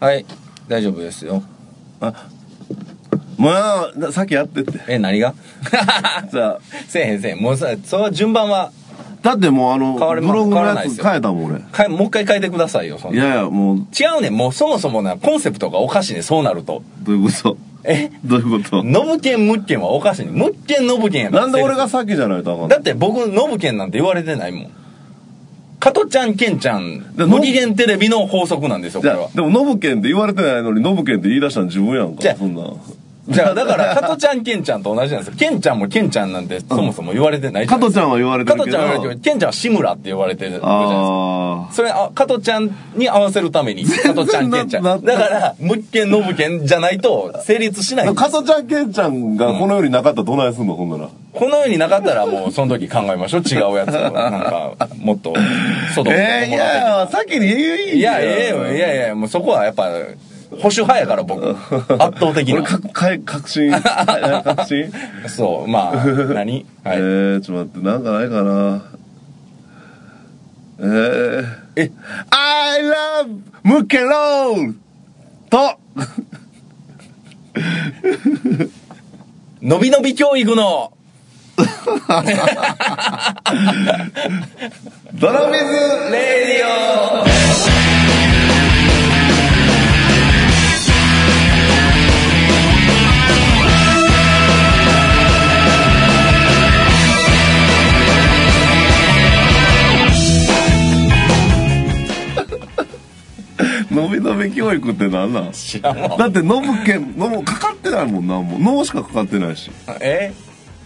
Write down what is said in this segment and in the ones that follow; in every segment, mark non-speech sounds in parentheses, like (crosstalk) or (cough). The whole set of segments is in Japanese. はい大丈夫ですよあまあなさっきやってってえ何が (laughs) させえへんせえへんもうさそう順番はだってもうあの変わりまブログの変わらないでやつすよ変えたもん俺かえもう一回変えてくださいよそんいなやいやもう違うねんもうそもそもなコンセプトがおかしいねそうなるとどういうことえどういうことノブケンムッケンはおかしいねムッケンノブケンやからなんで俺がさっきじゃないとあかんだのって僕ノブケンなんて言われてないもん加トちゃんケンちゃんだ無理限テレビの法則なんですよこじれゃはあでもノブケンって言われてないのにノブケンって言い出したの自分やんじゃあかそんなじゃあだから加トちゃんケンちゃんと同じなんですよケンちゃんもケンちゃんなんてそもそも言われてないじ加ゃないですトちゃんは言われてか加るトけちゃどんは言われてるけどケンちゃんは志村って言われてるわけじゃないですかああそれあ加トちゃんに合わせるために加トちゃんケンちゃんなだなからムッケンノブケンじゃないと成立しないんです加トちゃんケンちゃんがこの世になかったらどないすんのほんならこの世になかったらもうその時考えましょう違うやつをなんかもっと外にえー、いやさっきに言ういやいやいやいやいやもうそこはやっぱ保守派やから僕圧倒的俺なかか (laughs) 確信はい確信そうまあ何はえいー、ちょっと待ってなんかないかなえー、え I love ムケロールとのびのび教育の泥水レディオのびのび教育ってなんなん知らんわだってノブケン、ノブかかってないもんな、もう。脳しかかかってないし。え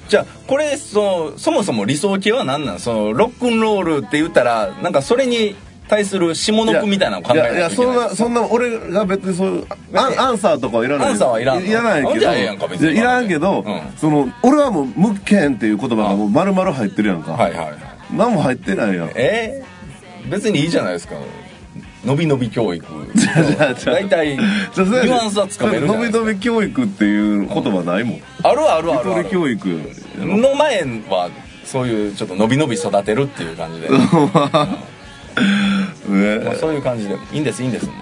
じゃあこれそのそもそも理想系は何なんそのロックンロールって言ったらなんかそれに対する下の句みたいなのを考えないやいや、といけそないんな、そんな、俺が別にそういう、アンアンサーとかはいらない。アンサーはいらんのいらないけあど。じゃあええやんか別にいやいらんけど、うんその、俺はもう、ムッケンっていう言葉がもう丸々入ってるやんか。はいはい何も入ってないやん。えー別にいいじゃないですかのびのび教育 (laughs) じゃあじゃあ大体ニじゃあそれュアンスはつかめるじゃのないびですのかび教育っていう言葉ないもん。あるあるあるあ鳥る教育より (laughs) の前はそういうちょっとのびのび育てるっていう感 (laughs) じで、もうね。そういう感じでいいんですいいんですもう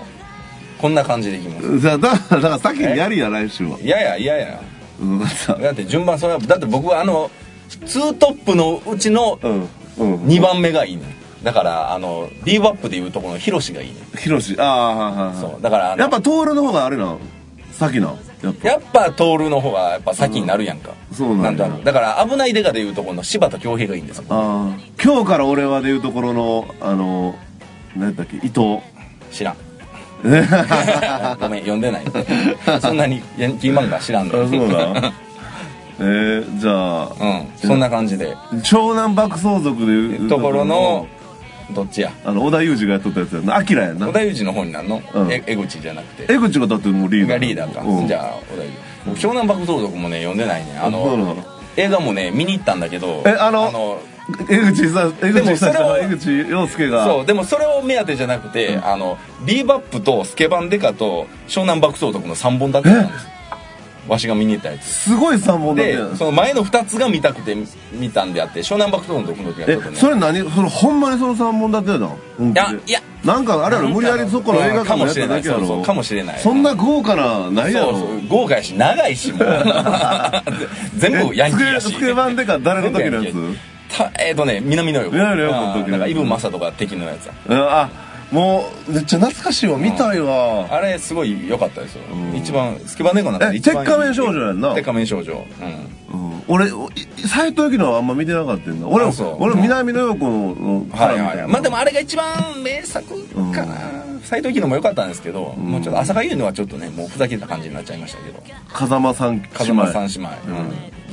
こんな感じでいきますじゃあ、だ (laughs) から、だから先にやりや、来週は。いやいやいやいやうん、さだって順番それはだって僕はあのツートップのうちのうん。うん。 2番目がいいねんだからあのビーバップでいうところのヒロシがいいねんヒロシ、ああ、はいはいはい。そうだからあのやっぱトールの方があれな先なやっぱやっぱトールの方がやっぱ先になるやんか、うんそうなんやだだから危ないデカでいうとこの柴田恭平がいいんですよああ今日から俺はでいうところのあの何だっけ伊藤知 (laughs) らんごめん読んでないそんなにヤンキー漫画知らんあのそうだ (laughs) えー、じゃうあ、んそんな感じで長男爆走族でいうところのどっちやあの織田裕二がやっとったやつやなアキラやな織田裕二の方になるの、うんえ江口じゃなくて江口がだってもうリーダがーリーダーか、うん、じゃあ織田裕二僕湘南爆走族もね読んでないねあそうのなの映画もね見に行ったんだけどえあの江口さ江でも口そされんとは江口洋介がそうでもそれを目当てじゃなくて、あのビーバップとスケバンデカと湘南爆走族の3本だけなんですわしが見に行ったやつすごい三本だねでその前の2つが見たくて見たんであって湘南爆走族の時はちえょっとねそれ何それほんまにその三本立てやの本気でいやいやなんかあれやろ無理やりそこの映画館かのもやっしれたなだいけやそうそろうかもしれないそんな豪華なないやそうろそう豪華やし長いし (laughs) もう全部ヤンキーやしつけ版でか誰の時のや全つ部ヤンキーたえっ、とね南のよ南の横の時のやつなんかイブマサとか敵のやつやうんあもうめっちゃ懐かしいわ見たいわあれすごい良かったですよん一番スケバンデカの中で一番え鉄仮面少女やんな鉄仮面少女うんうん俺斎藤由貴のはあんま見てなかったんだ俺あそう俺南野陽子ののかはいらは、みたいないまあでもあれが一番名作かな斎藤貴のも良かったんですけど、もうちょっと浅香優のはちょっとねもうふざけた感じになっちゃいましたけど風間さん風姉妹間三姉妹、うん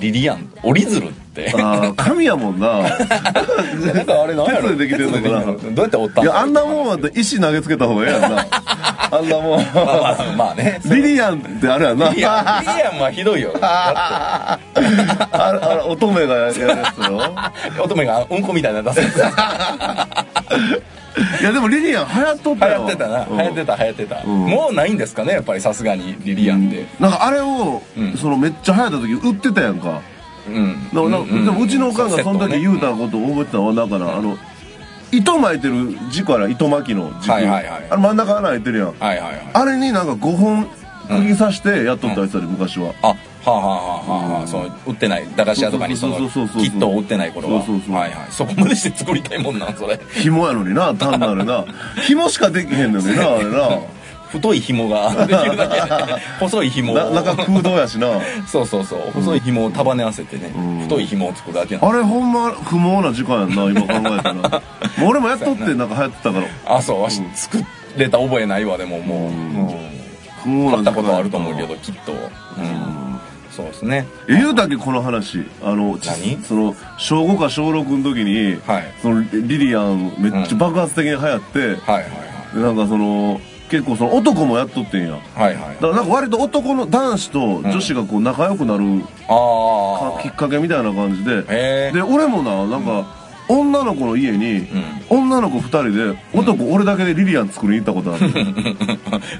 リリアン折り鶴ってあー神やもんななんかあれ何やろ (laughs) 鉄でできてんのかな鉄でできてんどうやって折ったいのやあんなもんは石投げつけた方がええやんなあんなもんま (laughs) あまあまあねリリリアンってあれや (laughs) な。リアンリリアンはひどいよあれ、あれ、乙女がやるやつだろ乙女がうんこみたいなの出すやいや、でもリリアン流行っとっつ流たよ。行ってたな流行ってた。た流行ってた、んもうないんですかねやっぱりさすがにリリアンでなんかあれを、うんそのめっちゃ流行った時売ってたやんか。うんだからなんか、うんでもうちのおかんがそセッの時トね言うたことを覚えてたわ。だから、あの、糸巻いてる軸あるやん糸巻きの軸、はいはいはいあれ真ん中穴開いてるやんはいはいはいあれになんか5本釘刺してやっとったやつだで、昔はあはあはあはあはあ、その売ってない駄菓子屋とかにそのキそうそうそうそうそうットを売ってない頃はそうそうそうはいはいそこまでして作りたいもんなんそれ紐やのにな単なるな (laughs) 紐しかできへんのになあれな太い紐ができるだけ細い紐をな中空洞やしな (laughs) そうそうそう細い紐を束ね合わせてね、ん太い紐を作るだけなのあれほんま不毛な時間やんな今考 (laughs) えたらもう俺もやっとってなんか流行ってたからあそうわし、作れた覚えないわでももう、うん不毛買っな時間やたことはあると思うけどきっと、うんそうですねえ言うだけこの話あのち何その小5か小6の時に、はいそのリリアンめっちゃ爆発的に流行って、はいはいでなんかその結構その男もやっとってんやはいはいはいだからなんか割と男の男子と女子がこう仲良くなるかああきっかけみたいな感じでへえで俺もななんか、女の子の家に、女の子2人で男俺だけでリリアン作りに行ったことある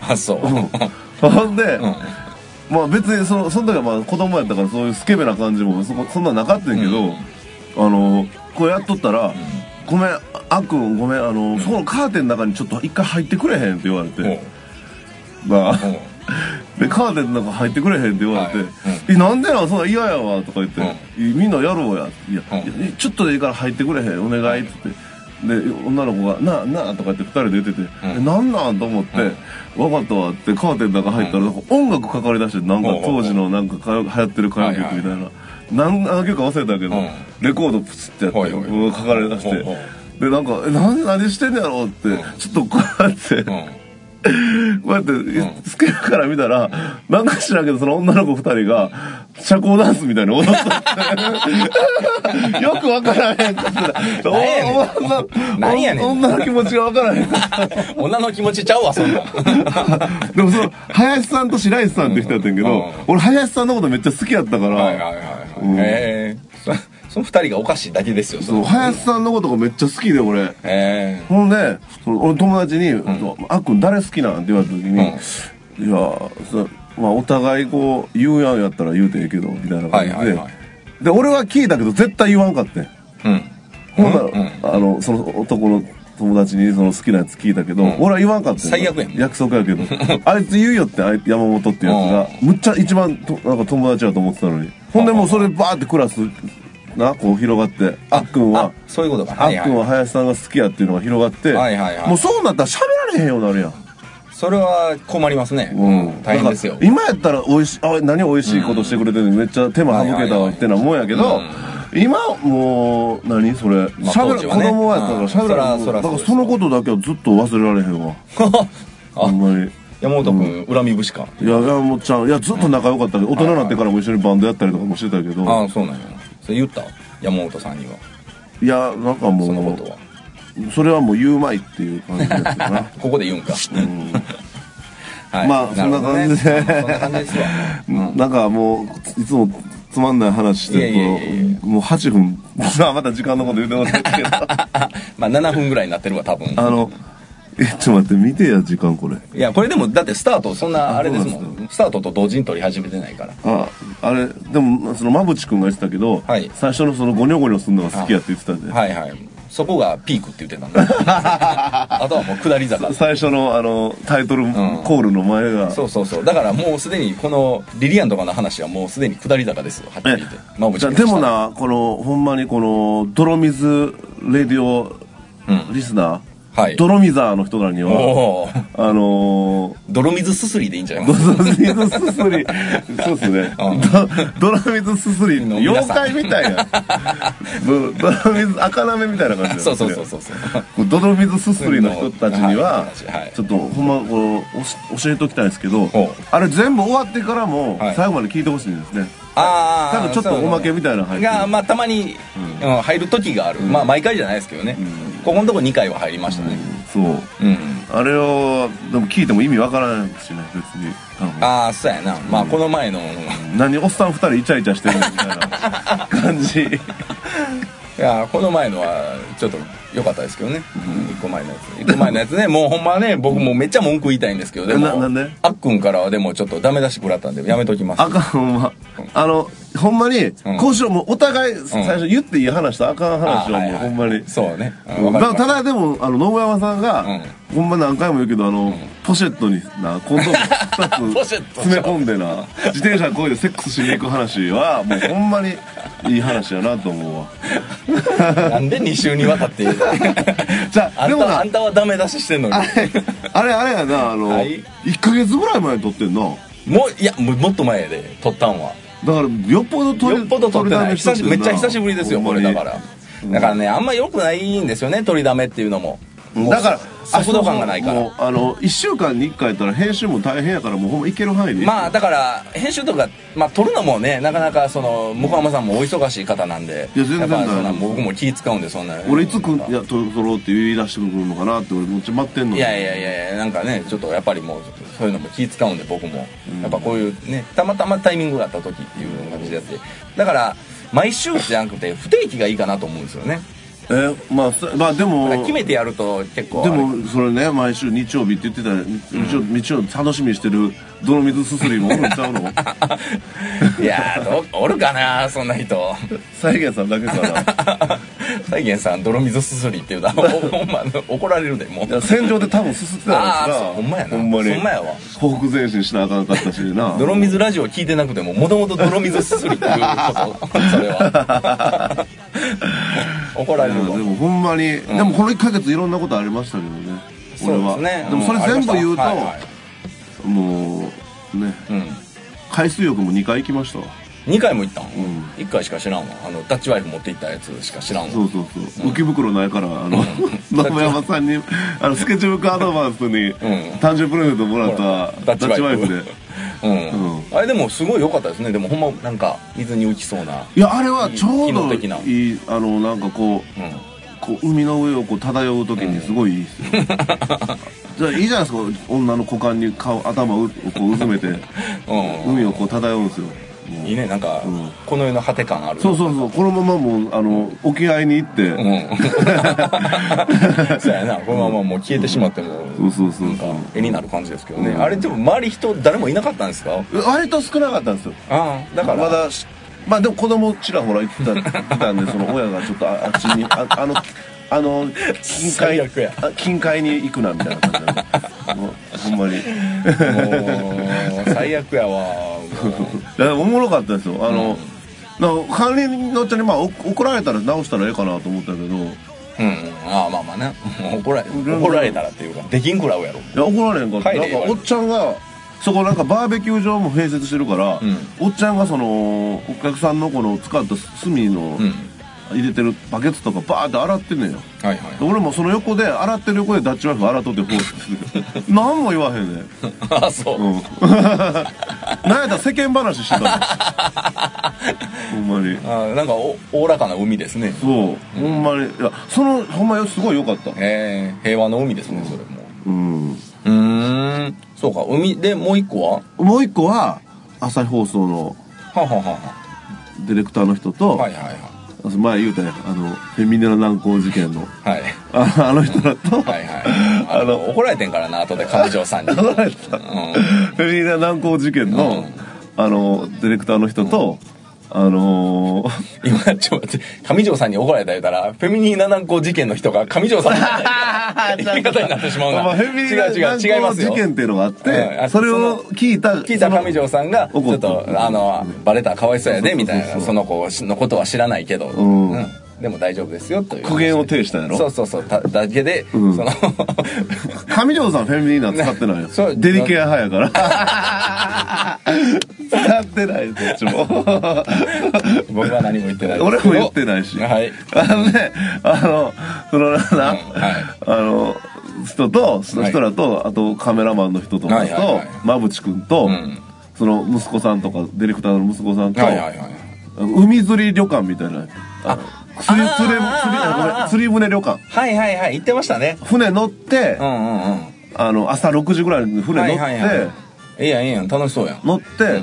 (laughs) あそう、ほん (laughs) で、まあ別にそのその時はまあ子供やったからそういうスケベな感じもそこそんなんなかったんやけど、あのこれやっとったら、ごめんあっくんごめんあの、そこのカーテンの中にちょっと一回入ってくれへんって言われうん、て、なあうん (laughs) でカーテンの中入ってくれへんって言われて「はいえなんでなんそんな嫌やわ」とか言って「いみんなやろうや」いやういやちょっとでいいから入ってくれへんお願い」っつって。で女の子が「なあなあ」とかって二人で言ってて「えなんなん?」と思って「わ、かったわ」ってカーテンの中入ったらなんか音楽かかりだしてなんかほうほうほう当時のなんか歌謡流行ってる歌謡曲みたいな、なん何曲か忘れたけど、うんレコードプツってやって、はいはいうんかかりだして、ほうほうでなんか「え何何してんのやろ?」って、ちょっとこうやって、うんこうやって、スケールから見たら、なんか知らんけど、その女の子二人が、社交ダンスみたいに踊っと (laughs) って。よくわからへんかった。おなんやねんお女なんやねんお女の気持ちがわからへん (laughs) かった。女の気持ちちゃうわそんなんでもその、林さんと白石さんって人やったんやけうんうどん、俺林さんのことめっちゃ好きやったかはいはいら、はいはい、うんええそ (laughs) その二人がおかしいだけですよそそうの林さんのことがめっちゃ好きで、俺。えほんで、その俺友達に、あっくん誰好きなんって言われた時に、いや、そまあお互いこう、言うやんやったら言うてええけど、みたいな感じで。はいはいはで、俺は聞いたけど絶対言わんかってん。えうんほんなら、あの、その男の友達にその好きなやつ聞いたけど、俺は言わんかってん最悪やん約束やけ (laughs) ど。あいつ言うよって、あいつ山本ってやつが、むっちゃ一番となんか友達やと思ってたのに。ほんでもうそれバーってクラス、な、こう広がって、あっくんはあ、そういうことかあはいっはくんいは林さんが好きやっていうのが広がって、はいはいはいもうそうなったら喋られへんようになるやん、それは困りますね、うん、大変ですよだから今やったら美味しいあ何美味しいことしてくれてるのめっちゃ手間省けたわってなもんやけど、今もう何それ、あしゃべら当時子はね供やったからしゃべらうんれそだらそらそかうらですそのことだけはずっと忘れられへんわああんまり。 (laughs) 山本君、恨み節かいや山本ちゃんいやずっと仲良かったけど大人になってからも一緒にバンドやったりとかもしてたけど、、ああそうなんやそれ言った山本さんにはいやなんかそのもことはうそれはもう言うまいっていう感じですよなここで言うんか、 (laughs) はるまあほどそんな感じでそんな感じですわなんかもういつもつまんない話してるいとやいやいやいもう8分 (laughs) まあまた時間のこと言ってます (laughs) けどあまあ7分ぐらいになってるわ多分のえちょっと待って見てや時間これいやこれでもだってスタートそんなあれですもそうなんんスタートと同時に撮り始めてないからああれでもその馬淵君が言ってたけど、はい最初のそのゴニョゴニョするのが好きやって言ってたんで、はいはいそこがピークって言ってたんだ (laughs) あとはもう下り坂最初のあのタイトルコールの前が、そうそうそうだからもうすでにこのリリアンとかの話はもうすでに下り坂ですよはっきり言ってまぶちじゃゃんでもなこのほんまにこの泥水レディオリスナー、はい泥水ーの人らにはおおーあのー泥水すすりでいいんちゃいま泥す水すすりそうっすねど泥水すすりのの皆妖さん怪みた (laughs) いなど泥水赤なめみたいな感じそうそうそうそううそう泥水すすりの人たちにははいちょっとほんまこうおし教えときたいんですけどほうあれ全部終わってからもはい最後まで聞いてほしいんですね (laughs) ああなんかちょっとおまけみたいなの入ってるがまあたまに、うん入る時がある、まあ毎回じゃないですけどね、ここのとこ2回は入りましたねそううん、あれをでも聞いても意味わからんしね別に多分ああそうやなまあこの前の、い何おっさん二人イチャイチャしてるみたいな感じやこの前のはちょっと良かったですけどね、一個前のやつ一個前のやつねもうほんまね僕もめっちゃ文句言いたいんですけどでもななんであっくんからはでもちょっとダメ出し食らったんでやめときますあかんほんまあのほんまに、んこうしよう、もうお互い、最初言っていい話とあかん話を、もうほんまに。そうねうんだただでもあの野村山さんが、ほんま何回も言うけどあの、ポシェットになコンドーム (laughs) ポ2つシェット詰め込んでな自転車こいでセックスしに行く話はもうほんまにいい話やなと思うわなんで2週にわたってじゃああ (laughs) でんもたなあんたはダメ出ししてんのにあれあれあれやなあの、はい1か月ぐらい前に撮ってんなもういやもうもっと前やで撮ったんはだからよっぽど撮りよっぽど撮ってない久しめっちゃ久しぶりですよこれだからだからねあんま良くないんですよね取りだめっていうのももうだから速度感がないかもらうあの1週間に1回やったら編集も大変やからもうほんまいける範囲でまあだから編集とか、まあ、撮るのもねなかなかその向山さんもお忙しい方なんでいや全然っぱだよそんな僕も気使うんでそんな俺いつくんいや撮撮ろうって言い出してくるのかなって俺もっちゃ待ってんのいやいやいやいやなんかねちょっとやっぱりもうそういうのも気使うんで僕も、やっぱこういうねたまたまタイミングがあった時っていう感じでやってだから毎週じゃなくて不定期がいいかなと思うんですよねえまあそまあでだもから決めてやると結構あでれもそれね毎週日曜日って言ってたら日日曜日曜楽しみにしてる泥水すすりもおるんちゃ (laughs) うのいやーどおるかなそんな人再現さんだけかな再現さん泥水すすりっていうのはほんま怒られるでもういや戦場で多分すすってたんですあーそがうほんまやなほんまにほんまやわ報復前進しなあかんかったし (laughs) な泥水ラジオ聞いてなくてももともと泥水すすりっていうことそれは怒らいれやるでわもほんまに、でもこの1ヶ月いろんなことありましたけどねそうですね俺はでもそれ全部言うと、はいはいもうねうん、海水浴も2回行きましたわ2回も行ったん、ん1回しか知らんわあのダッチワイフ持って行ったやつしか知らんわそうそうそう、浮き袋ないからあ (laughs) の野村山さんにあのスケッチブックアドバンスに誕生日プレゼントもらったほらダッチワイフでうん、うんあれでもすごい良かったですねでもほんまなんか水に浮きそうないやあれはちょう機能ど的ないいあのなんかこううんこう海の上をこう漂う時にすごいいいですよ、 (laughs) じゃあいいじゃないですか女の股間に顔頭をこううず (laughs) めてうん海をこう漂うんですよもういいねなんか、うんこの世の果て感あるそうそうそうこのままもうあの沖合に行って、うんそうやなこのままもう消えてしまっても、そうそうそうなそうんか絵になる感じですけどね、うんあれでも周り人誰もいなかったんですか割と少なかったんですよああだからまだしまあでも子供ちらほら行ってた行ってたんでその親がちょっとああっちにああのあの近最海悪やあ近海に行くなみたいな感じでもうほんまにいもう最悪やわもうやおもろかったですよあの、なんか管理人の人にまあお怒られたら直したらええかなと思ったけどいうんうん、ああまあまあねもう怒られ怒られたらっていうかできんくらうやろや怒られへんかった帰なれんかおっちゃんがそこなんかバーベキュー場も併設してるから、うおっちゃんがそのお客さんのこの使った炭のうん入れてるバケツとかバーって洗ってんねんよ、はいはいで俺もその横で洗ってる横でダッチワイフ洗っとって放置する何も言わへんねああそう、うん (laughs) なんやったら世間話してたのほんまにああなんかおおおらかな海ですねそうほんまにいやそのほんまよすごい良かったええ平和の海ですねそれもうんうーんそうか海でもう一個はもう一個は朝日放送のはあはあはディレクターの人と、あはいはい前言うたやんあのフェミネラ難航事件のはいはいああの人らと、はいはいあの怒られてんからな後で上条さん (laughs) に怒られてたフェミネラ難航事件の、あのディレクターの人と、あのー今ちょっと待って上条さんに怒られた言うたらフェミニーナ難航事件の人が上条さんになった言い方になってしまうまあなフェミニ違う違うス違いますよ事件っていうのがあって、うんあそれを聞いた聞いた上条さんがち怒ょっったとあのバレたらかわいそうやでみたいなその子のことは知らないけど、んうんでも大丈夫ですよという苦言を呈したんやろそうそうそうただけで、んその (laughs) 上条さんフェミニーナ使ってないよそうデリケア派やから使ってないどっちも僕は何も言ってないです俺も言ってないしはいあのねあのそのなんはだ、いあの人とその人らと、あとカメラマンの人とかはいと、はいはい馬淵君と、んその息子さんとかディレクターの息子さんと、はいはいはい海釣り旅館みたいなあの釣りあー釣れ釣りあーあごめん釣り船旅館はいはいはい言ってましたね船乗って、うんうんうんあの朝6時ぐらいに船は乗って、いはいはいいいやんいいやん楽しそうやん乗って、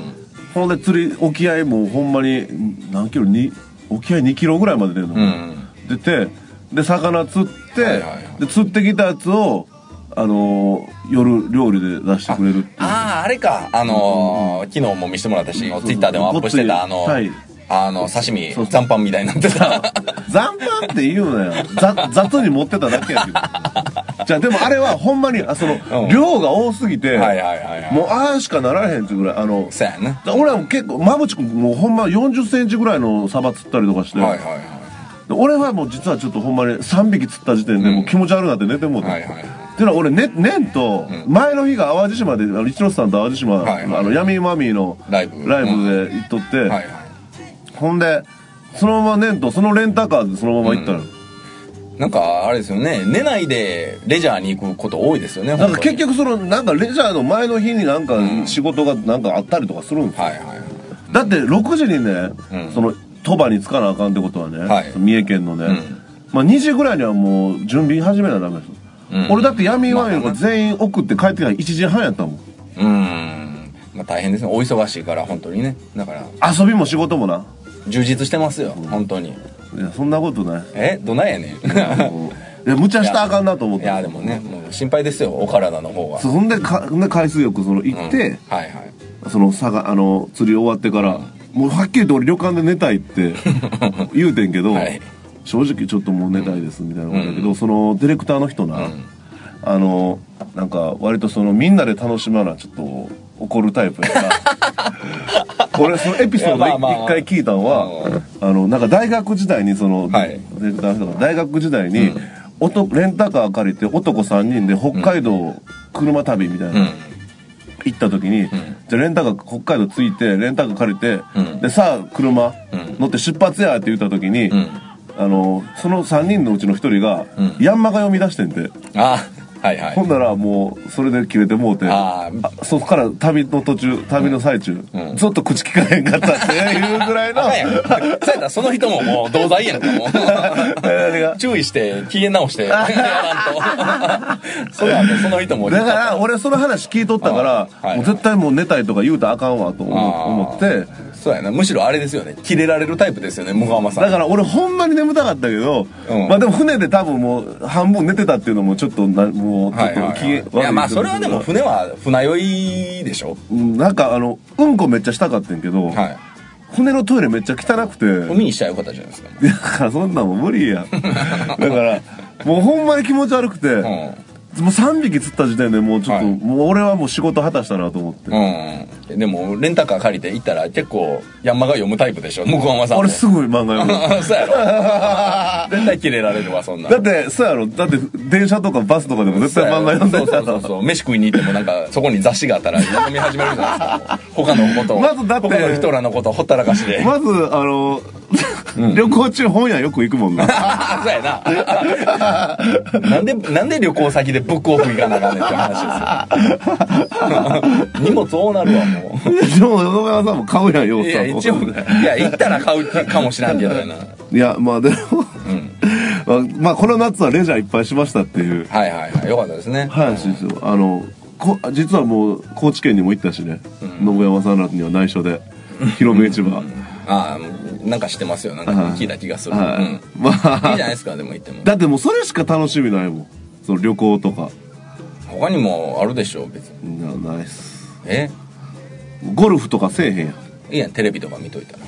ほんで釣り沖合もうほんまに何キロに沖合2キロぐらいまで出るの、うん出てで魚釣って、はいはいはいで釣ってきたやつをああの夜料理で出してくれるっていうあああれかあのー昨日も見せてもらったし、うんツイッターでもアップしてたあの、はいあの刺身そうそう残飯みたいになって (laughs) た残飯って言うなよざ雑に持ってただけやけどじゃあでもあれはほんまにあその、うん量が多すぎて、はいはいはいはいもうああしかならへんっていうぐらいあのそうやな俺らも結構馬淵君もうほんま40センチぐらいのサバ釣ったりとかして、はいはいは俺はもう実はちょっとほんまに3匹釣った時点でうんもう気持ち悪くなって寝てもうて、はいはいっていうのは俺ね年、とうん前の日が淡路島であの一ノ瀬さんと淡路島、はいはいあの闇マミーのライブライブで行っとって、いはいはいほんでそのまま年とそのレンタカーでそのまま行ったの、なんかあれですよね寝ないでレジャーに行くこと多いですよねなんか本当結に局そのなんかレジャーの前の日になんかうん仕事がなんかあったりとかするんですよはいはいはいだって6時にね、うんその鳥羽に着かなあかんってことはね、はい三重県のね、んまあ、2時ぐらいにはもう準備始めなダメです、うん俺だって闇ワインまあが全員送って帰ってから1時半やったもんうーん、まあ、大変ですねお忙しいから本当にねだから遊びも仕事もな充実してますよ本当にいやそんなことないえどないやねん (laughs) (laughs) いや無茶したらあかんなと思っいてやでもねもう心配ですよお体の方はそうそんでかそんで海水浴その行うんって、はいはいその佐賀あの釣り終わってから、もうはっきりと俺旅館で寝たいって (laughs) 言うてんけど、はい正直ちょっともう寝たいですみたいなことだけど、そのディレクターの人な、あのなんか割とそのみんなで楽しまなちょっと怒るタイプやから (laughs) 俺そのエピソードいでやまあまあまあ一回聞いたんはあのなんか大学時代にその、はいディレクターの人が大学時代に、男レンタカー借りて男3人で北海道車旅みたいな、うん行った時に、じゃあレンタカー北海道着いてレンタカー借りて、うんでさあ車うん乗って出発やって言った時に、んあのその3人のうちの1人が、うんヤンマが読み出してんて、あはいはほいんならもうそれで切れてもうてあーあそこから旅の途中旅の最中、うんずっと口聞かへんかったっていうぐらいのあかんやん (laughs) そうやったらその人ももう同罪やんかも (laughs) う何が注意して機嫌 (laughs) 直してやらんと (laughs) それはもうその人も (laughs) だから俺その話聞いとったからあーはいもう絶対もう寝たいとか言うたらあかんわと思あー思ってそうやなむしろあれですよねキレられるタイプですよね向浜さんだから俺ほんまに眠たかったけど、うんまあでも船で多分もう半分寝てたっていうのもちょっとなもうちょはいはいっとはい機嫌悪いいやまあそれはでも船は船酔いでしょうんなんかあのうんこめっちゃしたかったんやけど、はい船のトイレめっちゃ汚くて海にしちゃよかったじゃないですかだからそんなんもう無理やん (laughs) だからもうほんまに気持ち悪くて、うんもう3匹釣った時点でもうちょっと、はいもう俺はもう仕事果たしたなと思って、うんでもレンタカー借りて行ったら結構山が読むタイプでしょ向浜さんも俺すぐ漫画読む (laughs) (laughs) そうやろ絶対キレられるわそんなだってそうやろだって電車とかバスとかでも絶そう対や漫画ろ読んでたそうそうそうそう飯食いに行ってもなんかそこに雑誌があったら読み始めるじゃないですかも (laughs) う他のことをまずだって他の人らのことをほったらかしでまずあの、旅行中本屋よく行くもんなあ (laughs) そうやな。なんで、なんで旅行先でブックオフ行かなあかんねんって話ですよ。 (laughs) 荷物多なるわ、もいやでも野々村さんも買うやんよう。いや、一応、いや、行ったら買うかもしらんけどやな。はいやまあでも、まあ、まあこの夏はレジャーいっぱいしましたっていういはいはい。よかったですね。話ですよあのこ実はもう高知県にも行ったしね、信山さんらには内緒で広め市場、ああ、なんか知ってますよ。なんか聞いた気がする。うん。はいいいまじゃあないですか、でも行っても。だってもうそれしか楽しみないもんその旅行とか他にもあるでしょ、別に。なないっすえゴルフとかせえへんやんいいやん、テレビとか見といたら。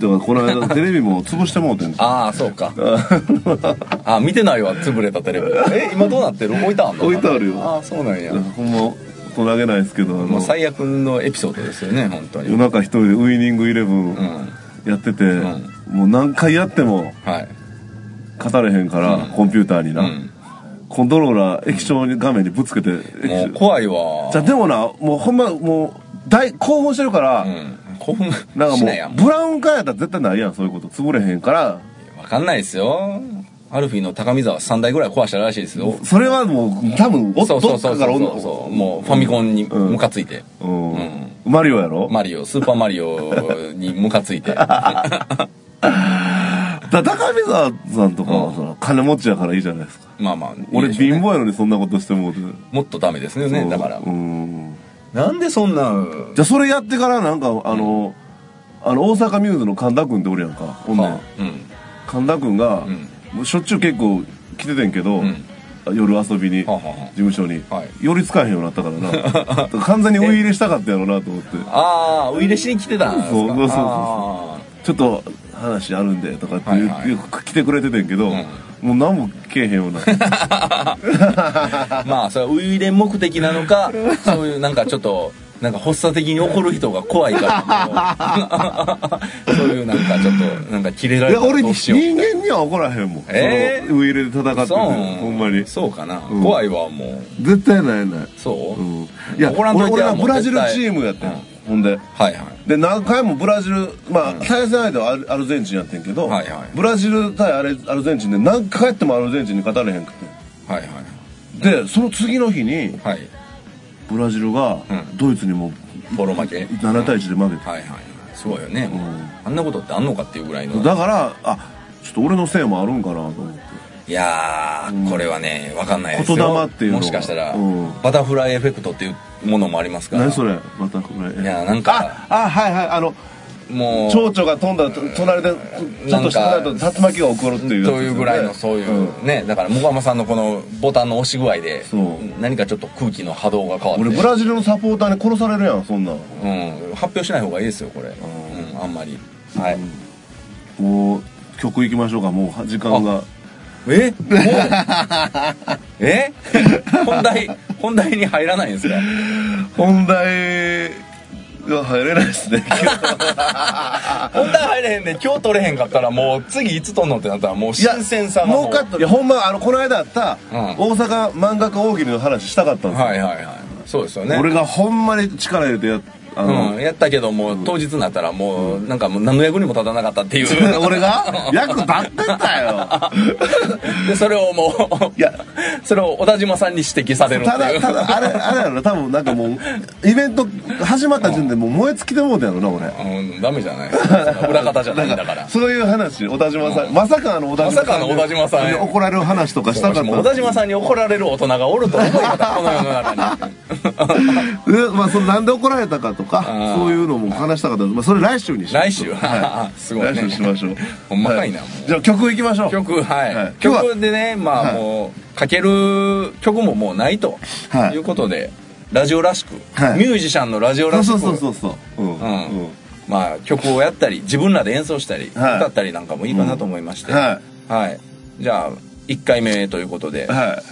だからこの間テレビも潰してもうてんああ、そう (laughs) か。あ見てないわ、潰れたテレビ。え、今どうなってる置いたんの置いてあるよああ、そうなんや。ほんま投げないですけどあのもう最悪のエピソードですよね本当に夜中一人でウイニングイレブンんやってて、んもう何回やってもはい勝たれへんから、コンピューターにな、うんコントローラー液晶に画面にぶつけて、液も晶う怖いわじゃあでもなもうほんまもう大興奮してるから、うん興奮なんかしないやもんうブラウン管やったら絶対ないやんそういうこと潰れへんから分かんないですよアルフィーの高見沢3台ぐらい壊したらしいですよそれはもう多分おそうそどうっそかうかそらうそう女もうファミコンにうんムカついて、うんうんマリオやろ、マリオスーパーマリオにムカつ (laughs) いてだ高見沢さんとかはさ、金持ちやからいいじゃないですかまあまあ俺いいでしょうね貧乏やのにそんなことしてもうてもっとダメですよねだからうんなんでそんなじゃあそれやってからなんかあの、あの大阪ミューズの神田君っておるやんか女うん神田君が、んもうしょっちゅう結構来ててんけど、ん夜遊びにはあは事あはあ務所に、はいより使えへんようになったから (laughs) なだから完全に追い入れしたかったやろうなと思ってああウイレしに来てたんですかそうそうそうそうあちょっと話あるんでとかって言うはいはいよく来てくれててんけど、んもう何もけえへんようになったーまあそれはウイレ目的なのかそういうなんかちょっとなんか発作的に怒る人が怖いからそういうなんかちょっとなんかキレらいれやたら俺どにうし人よう間には怒らへんもん、えーそのウイイレで戦っててそうほんまにそうかな、ん怖いわもう絶対ないないそう、うんいや怒らんとい俺て俺やはもうブラジル絶対チームやってん、うんほんではいはいで何回もブラジルまあ対戦相手はアルアルゼンチンやってんけど、はいはいブラジル対アレアルゼンチンで何回やってもアルゼンチンに勝たれへんくてはいはいでその次の日にはいブラジルうがんドイツにもボロ負け7対1で負けて、はいはいすごいよね、んあんなことってあんのかっていうぐらいのだからあちょっと俺のせいもあるんかなと思っていやー、これはね分かんないですよ言霊っていうのがもしかしたら、うんバタフライエフェクトっていうものもありますから何それまたこれいやなんかああはいはいあのもう蝶々が飛んだと隣でちょっと下だと竜巻が起こるっていうやつですよね、というぐらいのそういう、ねだから最山さんのこのボタンの押し具合でそう何かちょっと空気の波動が変わって俺ブラジルのサポーターに殺されるやんそんなんうん、発表しない方がいいですよこれ、んうん、あんまりはい、もう曲行きましょうかもう時間がえもう (laughs) え本題本題に入らないんですか本題が入れないで (laughs) すね (laughs) 本題入れへんで今日取れへんかったらもう次いつ取んのってなったらもう新鮮さがもうカットいやほんまあのこの間あった、うん大阪漫画家大喜利の話したかったんですよ、はいはいはいそうですよね俺がほんまに力入れてやっあの、うん、やったけどもう当日になったらもうなんかもう何の役にも立たなかったっていう (laughs) (laughs) 俺が役立ってたよでそれをもういやそれを小田島さんに指摘されるっていたうだただあれあれやろ多分なんかもうイベント始まった時点でもう燃え尽きてもうたやろな俺うん、ダメじゃない裏方じゃないんだからそういう話小田島さん、まさかあの小田島さんまさかにの小田島さんへ怒られる話とかしたかったもう小田島さんに怒られる大人がおると思うよこの世の中に (laughs) でまあ、そのなんで怒られたかとかあーそういうのも話したかったです、まあ、それ来週にしま来しょ週 (laughs) うはすごいね来週しましょうほんまかいなはもうじゃあ曲いきましょう曲はい、はい今日は曲でねまはあいもうかける曲ももうないとはいいうことで、ラジオらしく、はいミュージシャンのラジオそらうしそくうそうそうそうううんん、うんまあ、曲をやったり自分らで演奏したり、はい歌ったりなんかもいいかなと思いまして、ははいじゃあ1回目ということで、いはい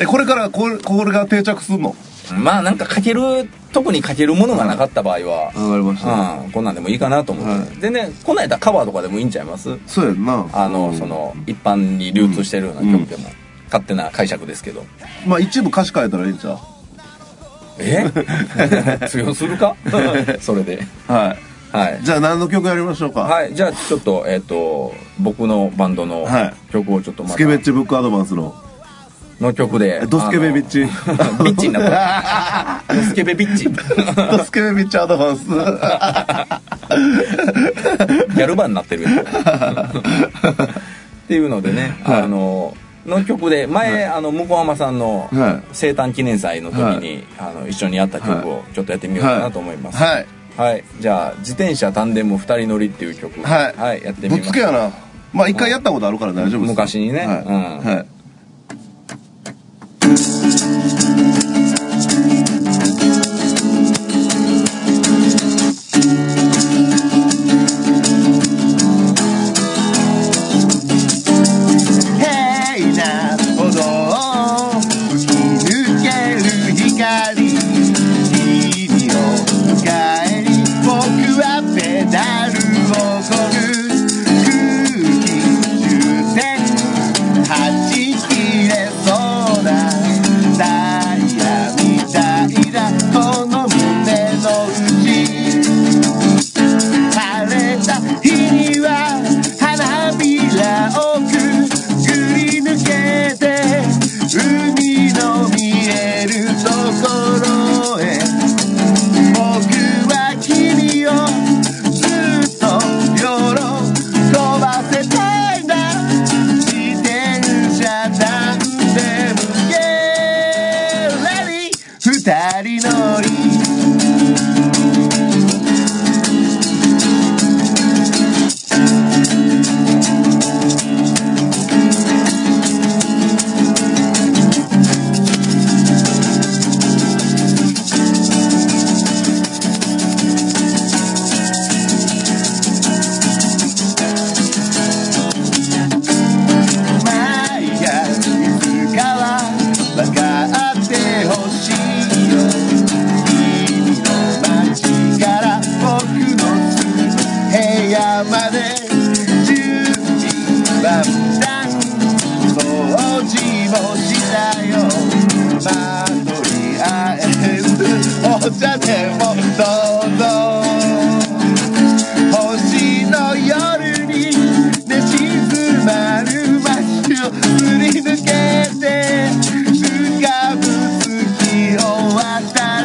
えこれからこれこれが定着するのまあなんかかける特にかけるものがなかった場合は、わかりまうん、こんなんでもいいかなと思って、はでねこんなんやったらカバーとかでもいいんちゃいますそうやんなあの、うんその一般に流通してるような曲でも、勝手な解釈ですけどまあ一部歌詞変えたらいいんちゃうえ (laughs) 通用する (laughs) かそれではいはいじゃあ何の曲やりましょうかはいじゃあちょっとえっ、と僕のバンドのはい曲をちょっとまたスケベッチブックアドバンスのの曲でドスケベビッチ (laughs) ビッチにな (laughs) ったドスケベビッチギドスケベビッチアドバンスャルバになってるっ (laughs) ていうのでね、はいあのの曲で前、あの向山さんのはい生誕記念祭の時に、あの一緒にやった曲をちょっとやってみようかなと思いますはい、はいじゃあ「自転車タンデム二人乗り」っていう曲はい、やってぶみっまつけすやなまあ一回やったことあるから大丈夫です昔にねはい、うんはい平な歩道を吹き抜ける光君を迎えに僕はペダルをこぐ空気充填弾き切れそうなダイヤみたいだこの胸の内晴れた日には花びらをくぐり抜けて海の見えるところへ僕は君をずっと夜飛ばせたいんだ自転車なんで無限に二人乗り「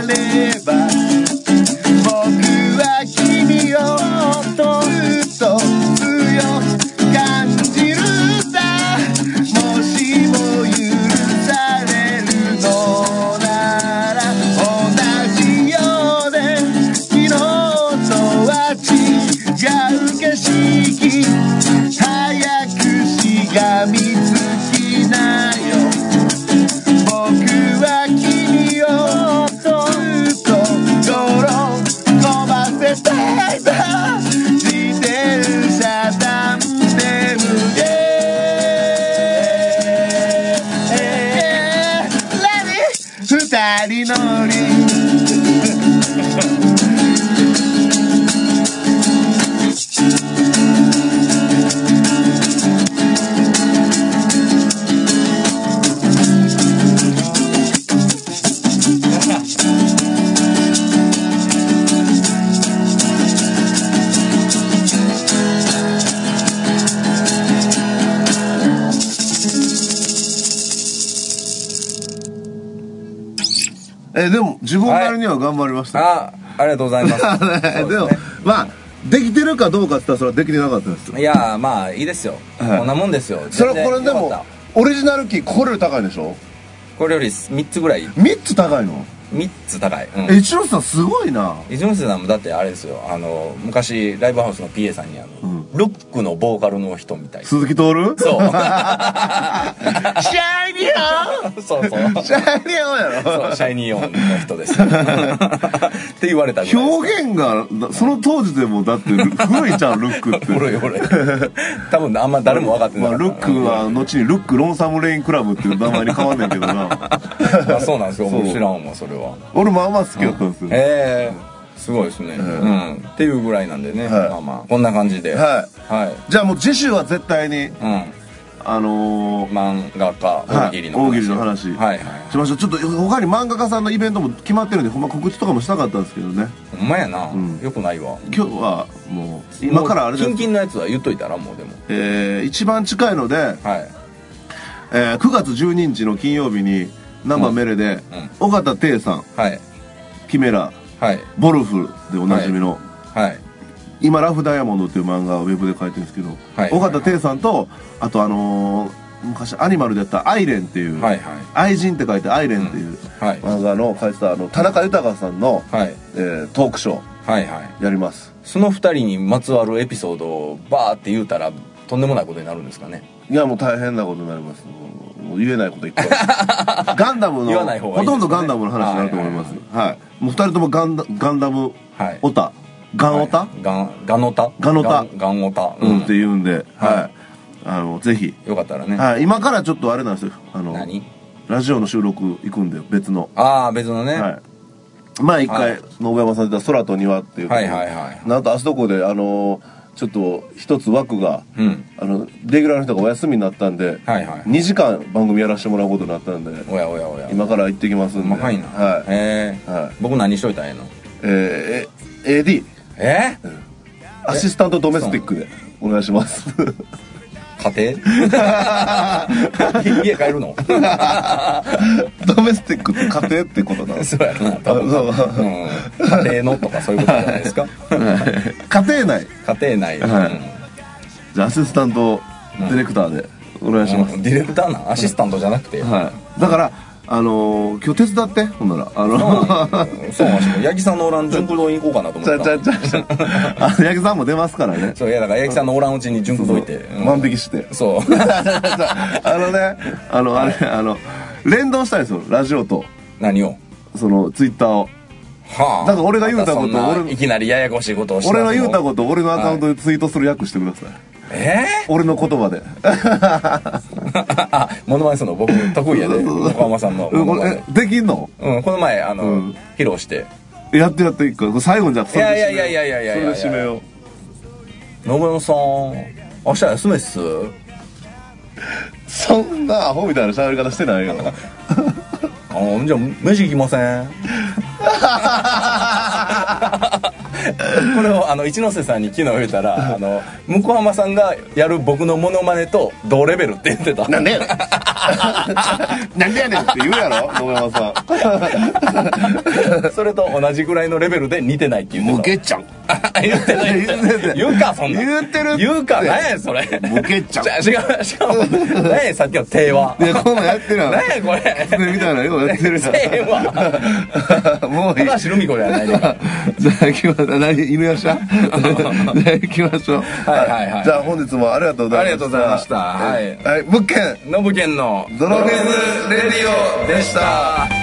れば僕は君をとずっと強く感じるんだもしも許されるのなら同じようで昨日とは違う景色早くしがみつきなよ僕は君をずっとゴロ飛ばせたいだ自転車なんて無限 Ready? 二人乗りえでも自分なりには頑張りました、あありがとうござい (laughs) ますでそうですもねまあできてるかどうかって言ったらそれはできてなかったですいやーまあいいですよ、はいこんなもんですよそれ全然これでよもかったオリジナルキーこれより高いでしょこれより3つぐらい3つ高いの3つ高い、うんえ一ノ瀬さんすごいな一ノ瀬さんもだってあれですよあの昔ライブハウスの PA さんにあの、ロックのボーカルの人みたい鈴木徹そうシャイニーそうそう (laughs) シャイニーオンやろそうシャイニーオンの人ですって言われたぐらいです表現がだその当時でもだって古いじゃんルックっておろいおろい多分あんま誰も分かってなまい、あ、ルックは後にルックロンサムレインクラブっていう名前に変わんねんけどな (laughs) まあそうなんですよそう知らんわそれは俺まあまあ好きだったんですよ、ええすごいですね、うんっていうぐらいなんでね、はいまあまあこんな感じでは、ははいいじゃあもう次週は絶対にうあん、の漫画家ー、はい大喜利の話、大喜利の話はいはいしましょうちょっと他に漫画家さんのイベントも決まってるんでほんま告知とかもしたかったんですけどねほんまやな、んよくないわ今日はもう今からあもれうでキすンキンのやつは言っといたらもうでもえー、一番近いので、はいえー、9月12日の金曜日に生メレで、尾形亭さんはいキメラはいボルフでおなじみの、はい今「ラフダイヤモンド」っていう漫画をウェブで書いてるんですけど、はい尾形亭さんとあとあのー昔アニマルでやった「アイレン」っていう「はいはい愛人」って書いて「アイレン」っていうはい漫画の書いてたあの田中豊さんの、はいえートークショーはいはいやりますその二人にまつわるエピソードをバーって言うたらとんでもないことになるんですかねいやもう大変なことになりますもうもう言えないことい (laughs) っぱいガンダムの言わない方がいいですねほとんどガンダムの話になると思いますはいもう二人ともガンダガンダムはいオタ、ガンオタ、はいガンガンオタガンオタンガンオタうん、っていうんで、はいはあのぜひ、よかったらね、はい、今からちょっとあれなんですよあの何ラジオの収録行くんで別の、ああ別のね、はい前一は回野上山さんでた「空と庭」っていうはいはいはいなんとあそこであのちょっと一つ枠が、うんあのレギュラーの人がお休みになったんで、はいはい2時間番組やらせてもらうことになったんでおやおやおや今から行ってきますんで細かいな、はいええはい僕何しといたらええのえー、え AD ええアシスタントドメスティックでお願いします家庭 (laughs) 家帰るの (laughs) ドメスティックって家庭ってこと (laughs) なのそうやろな多分あそううん、家庭のとかそういうことじゃないですか家庭内家庭内、はいじゃあアシスタントディレクターでお願いしうんます、ディレクターなんアシスタントじゃなくて、はいだからあのー今日手伝ってほんならあのうんそうなんですよ八木さんのオーラン純駆動に行こうかなと思 (laughs) ちっゃてちたゃちゃちゃあの八木さんも出ますからねそういやだから八木さんのオーランうちに純駆動いてうん万引きしてそう (laughs) あのねあのあれあの連動したいんですよラジオと何をそのツイッターをはあだから俺が言うたことまそんな俺いきなりややこしいことをして俺の言うたことを俺のアカウントでツイートする役してください、ええ (laughs) 俺の言葉であ、モノマネするの僕得意やで、横浜さんの (laughs) うモんノこマネれ。えできんのうん、この前、あの、うん披露して、やってやっていくからこれ最後じゃあそれで締めよういやいやいやいやいやいやそれで締めよう信山さん、明日休めっすそんなアホみたいな喋り方してな (laughs) いあよの、じゃあ、飯行きません。これをあの一ノ瀬さんに昨日言ったらあの向浜さんがやる僕のモノマネと同レベルって言ってたなんでやねんなんでやねんって言うやろ野山さそれと同じぐらいのレベベルで似てないってん言ボってケちゃんた (laughs) 言ってない言言ってってなないい (laughs) 言うかそんなん言ってるって言うか何やそれボケちゃんじゃ違うしかも何やさっきの手はいやこんなんやってるやん何やこれそれみたいなのようやってるやせえへんわん (laughs) もういい高橋留美子ではないねんからじゃあ行きましょう何犬やし (laughs) ゃじゃあ行きましょうはいはいはいじゃあ本日もありがとうございありましたがとうございましたはいはい物件ノブケンの泥水レディオでしたた